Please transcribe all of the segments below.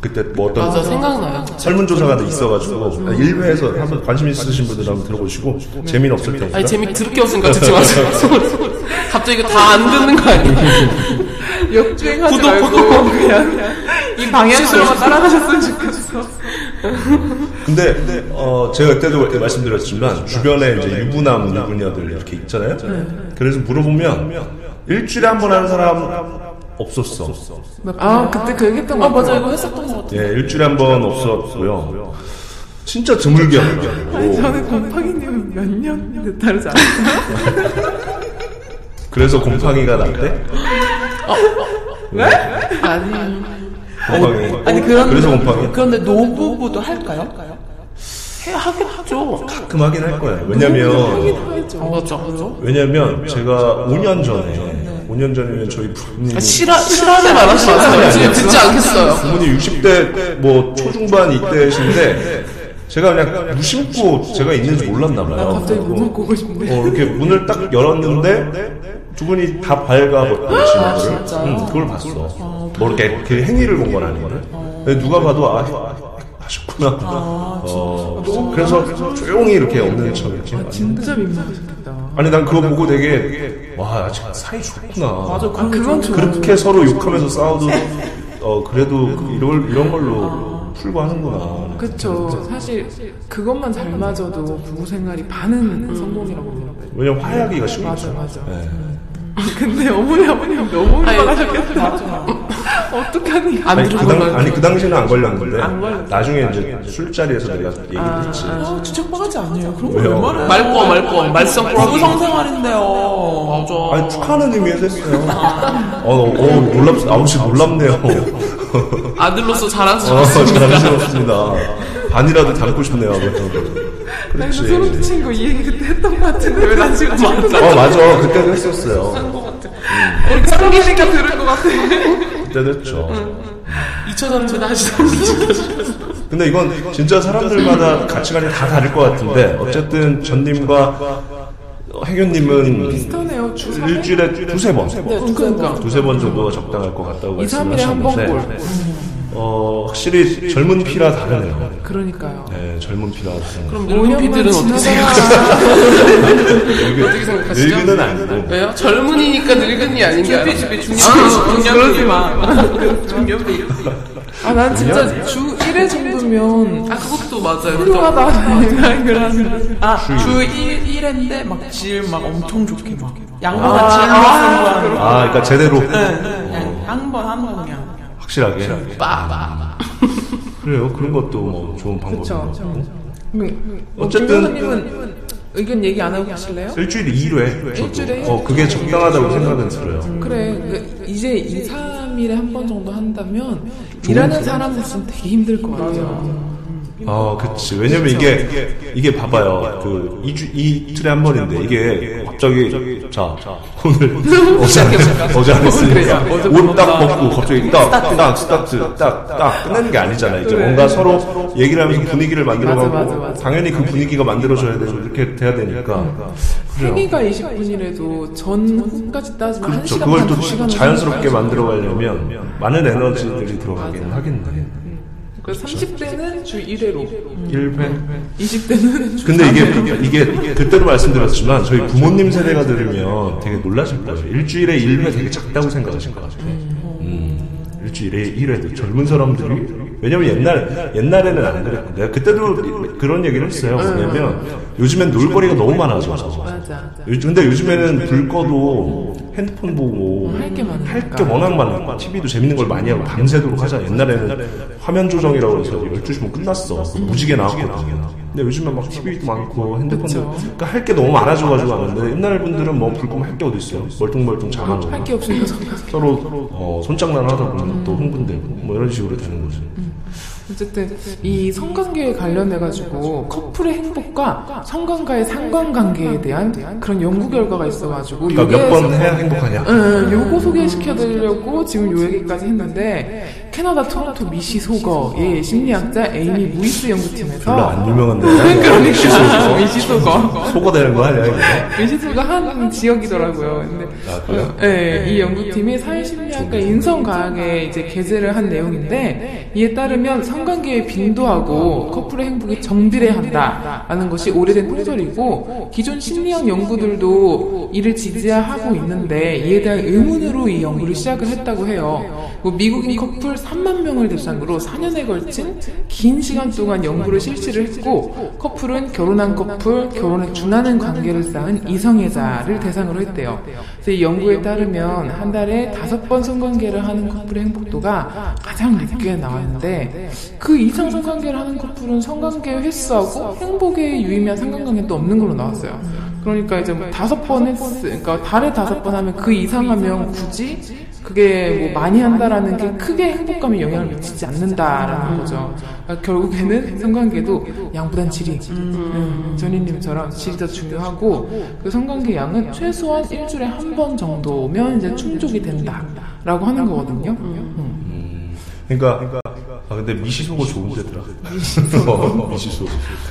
그때 뭐 어떤 맞아 생각나요. 설문조사가 있어가지고 일회에서 한번 관심 있으신 분들 한번 들어보시고 재미는 없을 테니까 아니 재미 들을 게 없으니까 듣지 마세요. 갑자기 이거 다 안 듣는 거 아니에요? 역주행하지 구독 말고 그냥 이 방향으로만 따라가셨으면 좋겠어. 근데, 어, 제가 그때도 그렇게 말씀드렸지만 주변에 이제 유부남 유부녀들 이렇게 있잖아요. 그래서 물어보면 일주일에 한 번 하는 사람 없었어. 아 그때 그 얘기했던 거. 아 맞아 이거 했었던 것 같아. 예, 일주일에 한 번 없었고요. 진짜 드물게 하더라고. 저는 곰팡이님 몇 년? 다르지 않아요? 그래서 곰팡이가 났대. 네? 아니. 곰팡이. 아니 그런 그래서 곰팡이. 그런데 노부부도 할까요? 해 하겠죠. 가끔 하긴 할 거예요. 왜냐면 어, 맞죠. 맞죠. 왜냐면 제가 5년 전에 5년 전이면 저희 아, 부모님 실화 실화를 말하시면 안 돼요. 지금 듣지 않겠어요. 부모님 60대 뭐 초중반 이때신데 제가 그냥 무심코 제가 있는지 몰랐나 봐요. 아, 갑자기 문을 어, 꼬고 싶네. 어, 이렇게 문을 딱 열었는데 두 분이 다 밝아버리고 지는 거를 응, 그걸 아, 봤어. 뭐 이렇게 그 행위를 본 건 아니거든. 근데 누가 봐도 아 아쉽구나. 어, 그래서 조용히 이렇게 없는 척했지. 아, 진짜 민망하셨겠다. 아니 난 그거 보고 되게 와 아직 사이 좋구나. 아, 그건 좋아. 그렇게 서로 욕하면서 싸워도 어 그래도 그 이런 이런 걸로 풀고 하는구나. 그렇죠. 그쵸. 사실 그것만 잘 맞아도 부부 생활이 반은 음. 성공이라고 보는데. 왜냐면 화해하기가 쉽죠. 맞아 맞아. 예. 근데 네, 어머니 아버님 너무 아니, 민망하셨겠다. 어떡하니? 안 아니 네. 그, 들어보면 당, 아니 그 당시에는 안 걸렸는데 안 걸렸어. 나중에 이제 술자리에서 내가 얘기를 했지. 아, 주책바가지 아니에요. 그런 왜요? 거왜 말해? 말꼬 말꼬 말썽 부부 꼬 성생활인데요. 맞아. 아니 축하하는 의미에서 했어요. 어, 어, 어 놀랍 아우씨 놀랍네요. 아들로서 어, 자랑스럽습니다. 자랑스럽습니다. 반이라도 담고 싶네요. 그래서. 아니, 그 소름 그렇지. 끼친 거 이 얘기 그때 했던 거 같은데 왜 난 아, 지금 자꾸 어 맞아 그때도 했었어요. 상기시켜 들은 거 같아. 그때도 했죠. 2천 원전에 하시던 근데 이건 진짜 사람들마다 가치관이 다 다를 것 같은데 어쨌든 전님과 해균님은 비슷하네요. 주 삼- 일주일에 두세 번 어, 그러니까. 두세 번 정도가 적당할 것 같다고 2, 3일에 한 번 꼴. 말씀하셨는데 어, 확실히 젊은 피라 다르네요 그러니까요. 네 젊은 피라 다르네요 그럼 눈피들은 어떻게 생각하세요? 어떻게 생각하시죠? 늙은은 아니고 왜요? 젊은이니까 늙은이 아닌가요? 주피 주피 중년 그러지 마. 아, 난 진짜 주 1회 정도면 아 그것도 맞아요. 필요하다. 생각을 하는. 아, 주 1, 1회인데 막 지을 막 엄청 좋게 막. 아, 양보가 지을 그렇구나. 막 아 그러니까 제대로 한번 한번 네, 그냥. 확실하게 네. 빠빠. 그래요 그런 것도 뭐 좋은 방법인 것 같고 음, 뭐 어쨌든- 어쨌든. 님은 의견 얘기 안 하고 계실래요? 일주일에 2회 일주일에 저도 어 그게 적당하다고 생각은 들어요 그래. 그 이제 2, 3일에 한 번 정도 한다면 일하는 사람으로서는 되게 힘들 것 같아요. 아, 그치. 왜냐면 이게, 이게 봐봐요. 그, 이주 이틀에 한 번인데, 이게 갑자기, 자, 오늘, 어제 안, 했- 어제 안 했으니까, 옷 딱 벗고, 갑자기 딱, 딱, 딱, 스타트, 딱, 딱, 끝내는 게 아니잖아. 이제 뭔가 서로 얘기를 하면서 분위기를 맞아, 맞아, 만들어가고, 맞아. 당연히 그 분위기가 만들어져야 되고, 이렇게 돼야 되니까. 그래요. 회기가 20분이라도 전후까지 따지면 한 그렇죠. 1시간 그걸 반, 또 2시간 자연스럽게 만들어가려면, 많은 에너지들이 들어가긴 하겠네. 그래서 30대는 주 1회로 음. 1회? 20대는 주 근데 이게, 이게, 그때도 말씀드렸지만, 저희 부모님 세대가 들으면 되게 놀라실 거예요. 일주일에 1회 되게 작다고 생각하실 것 같아요. 음, 일주일에 1회도 젊은 사람들이. 왜냐면 옛날, 옛날에는 안 그랬고, 내가 그때도 그런 얘기를 했어요. 왜냐면, 요즘엔 놀거리가 너무 많아져서. 음. 맞아. 요- 근데 요즘에는 불 꺼도 핸드폰 보고 어, 할게 많으니까. 할게 워낙 많아. TV도 재밌는 걸 많이 하고 밤새도록 하자. 옛날에는 화면 조정이라고 해서 12시면 끝났어. 무지개 나왔거든. 근데 요즘엔 막 TV도 많고 핸드폰도 그러니까 할 게 너무 많아져 가지고 하는데 옛날 분들은 뭐 불 끄면 할 게 어디 있어요. 멀뚱멀뚱 자만 할 오고 게 없으니까 성격. 서로 어, 손장난 하다 보면 또 흥분되고 뭐 이런 식으로 되는 거지. 어쨌든 이 성관계에 관련해 가지고 커플의 행복과 성관과의 상관관계에 대한 그런 연구 결과가 있어 가지고 예, 그러니까 몇 번 해야 행복하냐? 응, 요거 소개시켜드리려고 지금 요 얘기까지 했는데 캐나다 토론토 미시소거의 심리학자 에이미 무이스 연구팀에서 별로 안 유명한데. 그러니까 미시소거 소가 되는 거 아니야, 이거? 미시소거 한 지역이더라고요. 근데 아, 그래요? 네, 이 연구팀이 사회심리학과 인성과학에 이제 게재를 한 내용인데 이에 따르면 성관계의 빈도하고 커플의 행복이 정비례한다라는 것이 오래된 통설이고 기존 심리학 연구들도 이를 지지하고 있는데 이에 대한 의문으로 이 연구를 시작을 했다고 해요. 뭐 미국인 커플 3만 명을 대상으로 4년에 걸친 긴 시간 동안 연구를 실시를 했고 커플은 결혼한 커플, 결혼에 준하는 관계를 쌓은 이성애자를 대상으로 했대요. 그래서 이 연구에 따르면 한 달에 다섯 번 성관계를 하는 커플의 행복도가 가장 높게 나왔는데 그 이상 성관계를 하는 커플은 성관계 횟수하고 행복에 유의미한 상관관계도 없는 걸로 나왔어요. 그러니까 이제 뭐 다섯 번 했, 그러니까 달에 다섯 번 하면 그 이상하면 굳이 그게 뭐 많이 한다라는 게 크게 행복감에 영향을 미치지 않는다라는 거죠. 그러니까 결국에는 성관계도 양보단 질이. 음, 전희님처럼 질이 더 중요하고 그 성관계 양은 최소한 일주일에 한 번 정도면 이제 충족이 된다라고 하는 거거든요. 음. 그러니까, 아, 근데 미시소가 좋은 데더라. 어, 미시소. 미시소.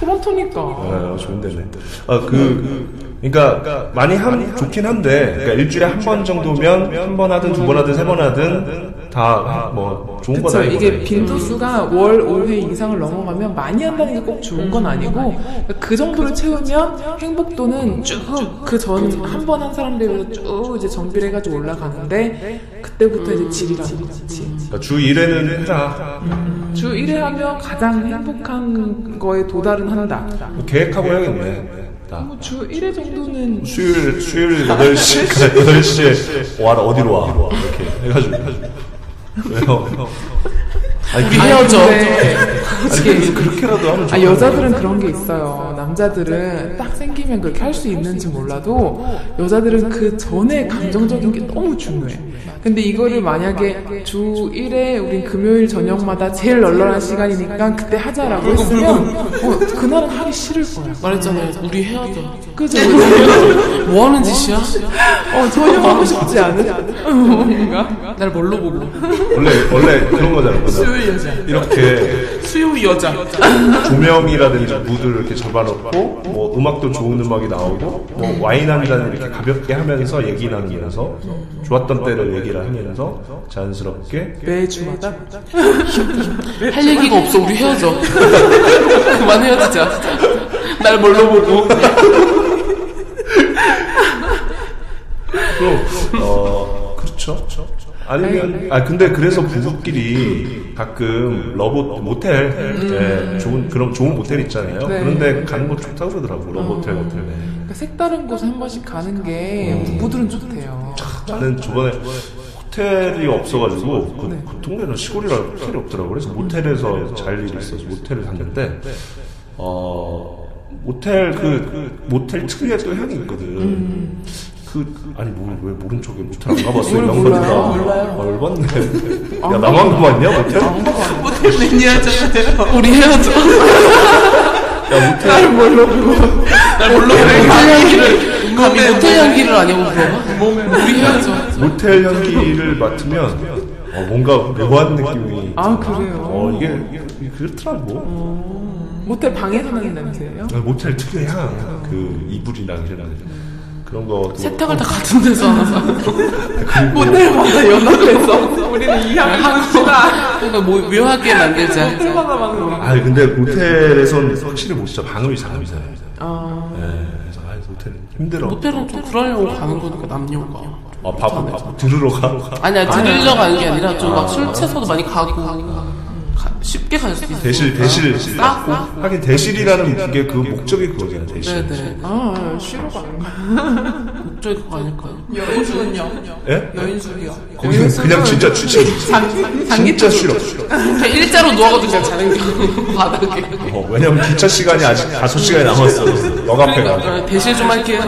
토론토니까. 아, 좋은 데네. 아, 그, 그러니까, 많이 한, 좋긴 한데, 그러니까 일주일에 한 번 정도면, 한 번 하든 두 번 하든 세 번 하든, 다, 뭐, 좋은 거다. 그렇죠. 이게 이거네. 빈도수가 월 5회 이상을 넘어가면 많이 한다는 게 꼭 좋은 건 아니고 그 정도를 채우면 행복도는 쭉 그 전 한 번 한 사람들보다 쭉 이제 정비해가지고 올라가는데 그때부터 이제 질이라는 거지. 음. 그러니까 주 1회는 해라. 주 1회 하며 가장 행복한 거에 도달은 한다. 계획하고 해야겠네. 다. 뭐주 1회 정도는 수요일, 수요일 8시, 8시에 와라, 어디로 와. 이렇게 해가지고. 왜요? 아니, 그- 헤어져. 근데 아니, 그래서 그렇게라도 하면 아, 좋아. 여자들은 그런 게 있어요. 남자들은 딱 생기면 그렇게 할 수 있는지 몰라도 여자들은 그 전에 감정적인 게 너무 중요해. 근데 이거를 만약에 주 1회 우린 금요일 저녁마다 제일 널널한 시간이니까 그때 하자라고 했으면 어, 그날은 하기 싫을 거야. 말했잖아요. 우리 헤어져. 그죠? 뭐 하는 짓이야? 어, 전혀 하고 싶지 않은. 그러니까 날 뭘로 보고? 원래, 원래 그런 거잖아. 그거는. 수요 여자. 이렇게. 수요 여자. 조명이라든지 무드를 이렇게 잡아놓고 뭐 음악도 좋은 음악이 나오고 뭐 와인 한 잔 이렇게 가볍게 하면서 얘기 나누면서 좋았던 때를 얘기를 하면서 자연스럽게 매주마다. 할 얘기가 없어. 우리 헤어져. 그만 헤어지자. 날 뭘로 보고? 또 어, 그렇죠 아니면 아 근데 그래서 부부끼리 가끔 러브 모텔 예, 좋은 그런 좋은 모텔 있잖아요 네. 그런데 가는 거 좋다고 그러더라고 러브 모텔 모텔 그러니까 색다른 곳에 한 번씩 가는 게 부부들은 좋대요. 나는 저번에 호텔이 없어가지고 그, 그 동네는 시골이라 호텔이 없더라고 그래서 모텔에서 잘 일이 있어서 모텔을 잤는데 어 모텔 그, 그 모텔 특유의 또 향이 있거든 그 그- 아니 뭘, 왜 모른 척해 모텔 안 가봤어 이 음. 몰라요? 아, 양반들아 얼마네 야 나만 가봤냐 모텔 야 모텔 매니아잖아요. 우리 헤어져. 모텔 날 뭘로 네, 보고? 날 얘기를. 감히 모텔 향기를 아니고 물어봐? 우리 헤어져. 모텔 향기를 맡으면 어, 뭔가 묘한 느낌이 아, 그래요? 어 이게, 이게 그렇더라고 모텔 방에서 나는 냄새예요? 아, 모텔 특유의 향, 그 이불이랑 이런 그런 거 세탁을 다 같은 데서 하나 모텔마다 연합해서 우리는 이 향을 사. 그러니까 뭐 묘하게 만들자. 하나만 그런 아 근데 모텔에선 확실히 못 진짜 방음이 장비잖아요. 아, 예, 그래서 아 모텔은 힘들어. 모텔은 좀 그러려고 가는 거니까 남녀가. 아 밥, 밥 들으러 가. 아니야 들으러 가는 게 아니라 좀 막 술 취해서도 많이 가고 가- 쉽게 갈 수도 있어. 대실, 대실. 아, 아. 하긴 대실이라는 게 그 목적이 그거잖아, 대실. 네네. 아 쉬러 가는 거야. 목적이 그거 아닐까요? 여인수는요? 예? 여인수요. 거기는 그냥 진짜 취침. 진짜 쉬러. 그냥 일자로 누워가지고 그냥 자는 게 바닥에. 어, 왜냐면 기차 시간이 아직 5시간이 남았어. 역 앞에 가. 아, 대실 좀 할게요.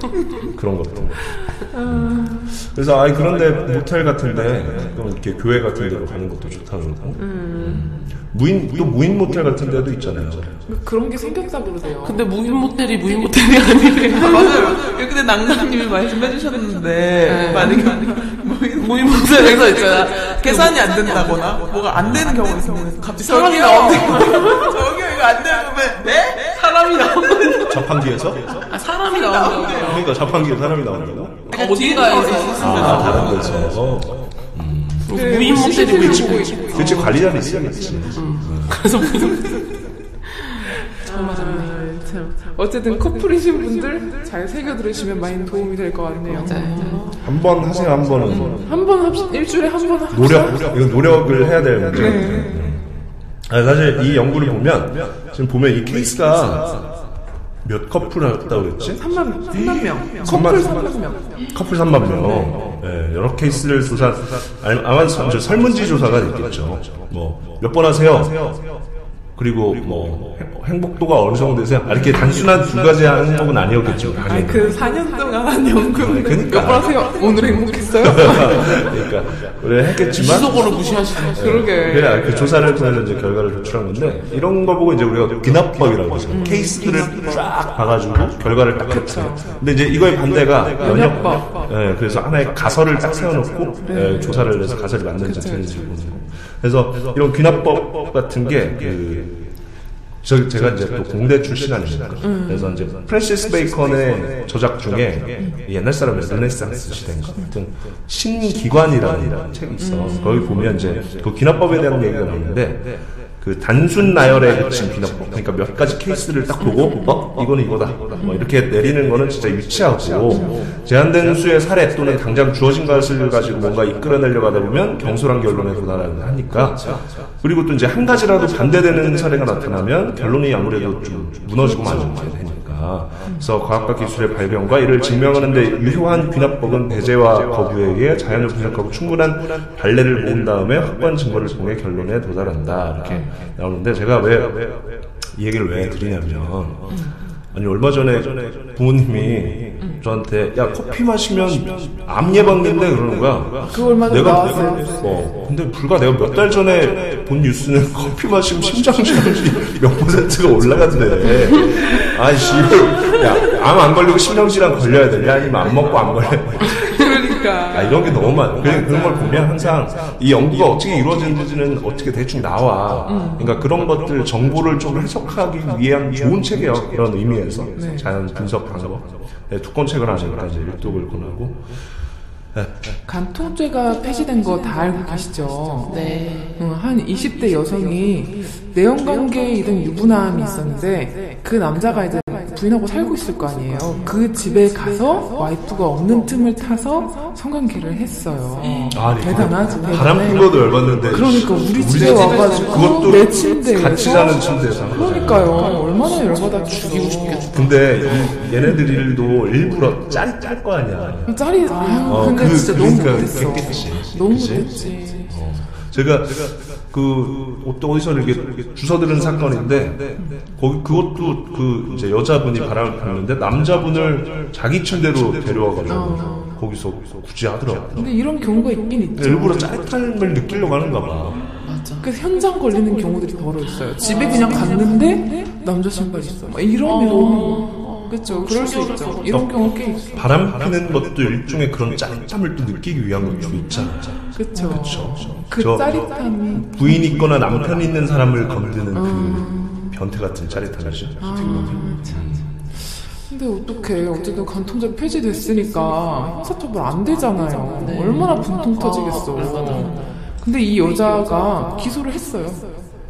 그런 거, 그런 거. 그래서 아니 그런데 모텔 같은데 또 이렇게 교회 같은 데로 가는 것도 좋다 그러고 무인 또 무인 모텔 같은 데도 있잖아요. 그런 게 생겼다 그러세요. 근데 무인 모텔이 무인 모텔이 아니래. 아, 맞아요. 근데 낭낭님이 말씀해 주셨는데 만약에 뭐 무인 모텔에서 있잖아. 계산이 안 된다거나 뭐가 안 되는 경우가 있으면 갑자기 사람이 저기요. 나오는 저기요 이거 안 되면 왜? 네? 사람이 나오는 자판기에서? 아, 사람이 나오는 그러니까 자판기에 사람이 나온다고? 어디가에서 아, 다른 데서. 무인 모텔이 CCTV 있고 보고 있고 있고. 그치, 관리자는 있어야겠지. 그래서 무인 정말 참. 어쨌든 커플이신 분들 잘 새겨 들으시면 많이 도움이 될 것 같네요. 한 번 하세요, 한 번은. 한 번 합시 일주일에 한 번 합시다. 노력, 이건 노력을 해야 될 문제. 아, 사실 이 연구를 보면, 지금 보면 이 케이스가 몇 커플 했다고 했지? 3만 3만 명. 삼만- 커플 3만 명. 커플 3만 명. 예, 여러 케이스를 조사, 아니, 아마 서- 저 설문지 조사가 있겠죠. 뭐, 몇 번 하세요? 그리고 뭐, 행- 행복도가 어느 정도 되세요? 아, 이렇게 단순한 두 가지 행복은 아니었겠죠. 당연히. 그 4년 동안 한 연구인데 그러니까. 안녕하세요. 오늘 행복했어요? 그러니까, 원래 했겠지만. 지속으로 무시하시는 거예요. 그러게. 그래, 그 조사를 통해서 이제 결과를 도출한 건데, 이런 거 보고 이제 우리가 귀납법이라고 해서 음. 케이스들을 쫙 봐가지고 결과를 딱 그렇죠. 했죠. 근데 이제 이거의 반대가 연역법. 예, 그래서 하나의 가설을 딱 세워놓고 네. 예, 조사를 해서 가설을 만든 자체는 지금 그래서 이런 귀납법 같은 게그 저, 제가 이제 또 공대 출신 아닙니까? 그래서 이제 프랜시스 베이컨의 저작 중에 옛날 사람의 르네상스 시대인가? 하여튼 신기관이라는 책이 있어. 거기 보면 이제 그 귀납법에 대한 얘기가 나오는데 그 단순 나열에 그친 귀납법. 그러니까 몇 가지 케이스를 딱 보고 어? 이거는 이거다. 뭐 이렇게 내리는 거는 진짜 유치하고 제한된 수의 사례 또는 당장 주어진 것을 가지고 뭔가 이끌어내려고 하다 보면 경솔한 결론에 그렇죠. 도달하는 하니까 그리고 또 이제 한 가지라도 반대되는 사례가 나타나면 결론이 아무래도 좀 무너지고 말게 되니까 그래서 과학과 기술의 발견과 이를 증명하는 데 유효한 귀납법은 배제와 거부에 의해 자연을 분석하고 충분한 반례를 모은 다음에 확보한 증거를 통해 결론에 도달한다 이렇게 나오는데 제가 왜 이 얘기를 왜 드리냐면 아니 얼마 전에 부모님이 저한테 야 커피 마시면 암 예방된대 그러는 거야. 그거 얼마 전에 나왔어요. 내가- 어, 근데 불과 내가 몇 달 전에 본 뉴스는 커피 마시면 심장질환이 몇 퍼센트가 올라간대. 아이씨, 야암 안 걸리고 심장질환 걸려야 되냐 아니면 안 먹고 안 걸려. 그러니까. 아, 이런 게 너무 많아. 그래, 그런 걸 보면 항상 이 연구가 어떻게 이루어지는지는 어떻게 대충 나와. 그러니까 그런 것들, 정보를 좀 해석하기 위한 좋은 책이에요. 그런 의미에서. 자연 분석 방법. 네, 두권 책을 하니까 이제 일독을 권하고. 간통죄가 폐지된 거 다 알고 계시죠? 네. 응, 한 20대 여성이 내연관계에 이든 유부남이 있었는데 그 남자가 이제 부인하고 살고 있을 거 아니에요. 그 집에 가서 와이프가 없는 틈을 타서 성관계를 했어요. 아, 네. 대단하지. 바람 핀 것도 열받는데. 그러니까 우리 집에 집에서 와가지고 그것도 내 침대에서 같이 자는 침대에서. 한 거잖아요. 그러니까요. 얼마나 열받아 죽이고 싶겠어. 근데 이 얘네들 일도 일부러 짤짤 거 아니야. 어, 그러니까 짜리. 아유, 근데 진짜 너무 못했어. 그 그치? 너무 그치? 못했지. 제가 그 어떤 어디서 이렇게 주워 들은 사건인데 거기 그것도 그 이제 여자분이 바람을 피는데 남자분을 자기 침대로 어. 데려와가지고 거기서 굳이 하더라고. 근데 이런 경우가 있긴 있죠. 일부러 짜릿함을 느끼려고 하는가 봐. 맞아. 그 현장 걸리는 경우들이 더러 있어요. 집에 그냥 갔는데 남자 신발 있어. 막 이러면 그렇죠. 그럴 수 있죠. 이런 경우 꽤 있어. 바람 피는 것도 일종의 그런 짜릿함을 또 느끼기 위한 것도 있잖아. 그렇죠. 그 저- 짜릿함이 부인 있거나 남편 있는 사람을 건드는 그 변태 같은 짜릿함이죠. 아. 근데 어떡해. 어쨌든 간통죄 폐지됐으니까 형사처벌 안 되잖아요. 네. 얼마나 분통 터지겠어. 얼마나. 근데 이 여자가 기소를 했어요.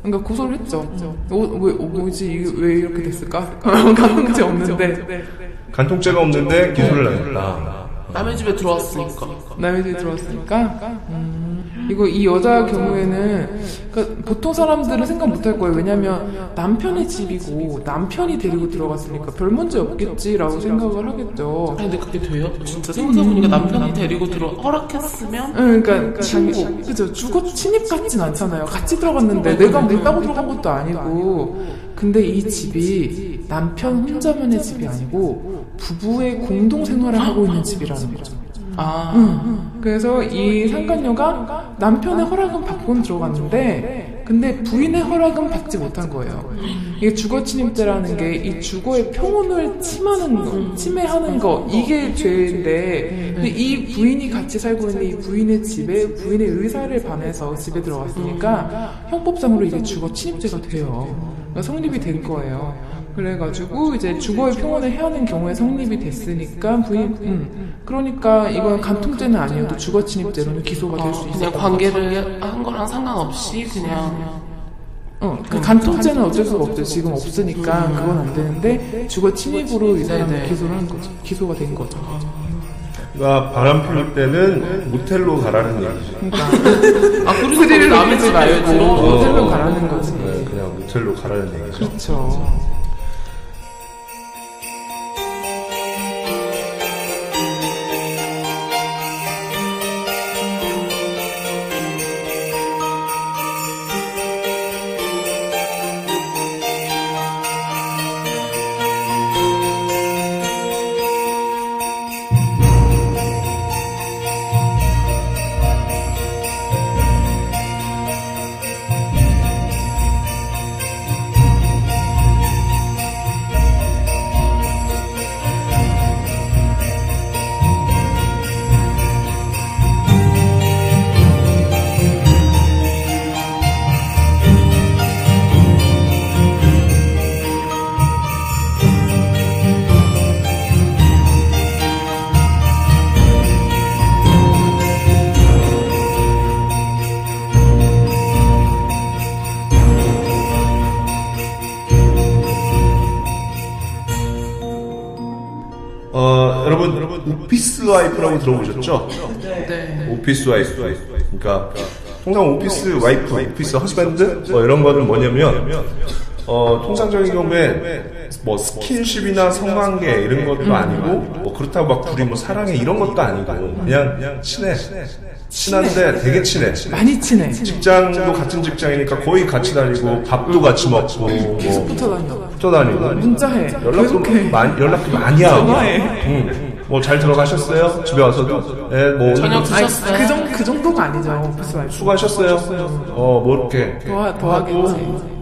그러니까 고소를 했죠. 어, 왜, 어, 뭐지, 이게 왜 이렇게 됐을까? 간통죄 없는데. 간통죄가 없는데 기소를 네. 당했다. 남의 집에 들어왔으니까. 남의 집에 들어왔으니까. 음. 이거 이 여자 경우에는 그러니까 보통 사람들은 생각 못 할 거예요. 왜냐면 남편의 집이고 남편이 데리고 들어갔으니까 별 문제 없겠지라고 생각을 하겠죠. 아니, 근데 그게 돼요? 진짜 생각해보니까 남편이 데리고 들어 허락했으면 응, 그러니까 친구, 그죠? 주거 침입 같진 않잖아요. 같이 들어갔는데 내가 문 따고 들어간 것도 아니고. 근데 이 집이 남편 혼자만의 집이 아니고 부부의 공동 생활을 하고 있는 집이라는 거죠. 아 그래서 이 상간녀가 남편의 허락은 받고는 들어갔는데 근데 부인의 허락은 받지 못한 거예요. 이게 주거 침입죄라는 게 이 주거의 평온을 침하는 거, 침해하는 거 이게 죄인데 근데 이 부인이 같이 살고 있는 이 부인의 집에 부인의 의사를 반해서 집에 들어갔으니까 형법상으로 이게 주거 침입죄가 돼요. 그러니까 성립이 된 거예요. 그래가지고 이제 주거의 평온을 해야 하는 경우에 성립이 됐으니까 부인, 음. 그러니까 이건 간통죄는 아니어도 주거 침입죄로는 기소가 될 수 그냥 있어요. 관계를 한 거랑 상관없이 그냥 어, 그 간통죄는 어쩔 수가 없죠. 지금 없으니까 그건 안 되는데 주거 침입으로 이 사람을 네네. 기소를 한 거죠. 기소가 된 거죠. 그러니까 바람 필 때는 모텔로 가라는 얘기지. 아 그리고 어. 남의 집 말고 말고 호텔로 가라는 거지. 네, 그냥 모텔로 가라는 얘기죠. 그렇죠. 어, 여러분, 오피스 와이프라고 들어보셨죠? 네. 오피스 와이프. 그러니까, 통상 오피스 와이프, 오피스 허스밴드? 뭐 이런 거는 뭐냐면, 어, 통상적인 경우에 뭐 스킨십이나 성관계 이런 것도 아니고, 뭐 그렇다고 막 둘이 뭐 사랑해 이런 것도 아니고, 그냥 친해. 친한데 되게 친해. 많이 친해. 직장도 같은 직장이니까 거의 같이 다니고, 밥도 같이 먹고, 뭐 붙어 다녀. 붙어 다니고. 문자해. 연락도 계속해. 많이 연락도 많이 하고. 응. 뭐잘 들어가셨어요? 집에 와서도. 예, 뭐 저녁 오늘 드셨어요? 그, 정, 그 정도가 아니죠. 오피스 와이프. 수고하셨어요. 어, 뭐 이렇게. 더, 더 하겠지.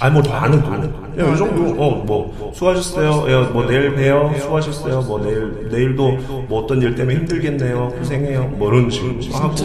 아니 뭐더 아는 거. 야, 이 정도. 어, 뭐 수고하셨어요. 야, 뭐 내일 봬요. 수고하셨어요. 뭐 내일 내일도 뭐 어떤 일 때문에 힘들겠네요. 고생해요. 뭐 이런 식으로 하고.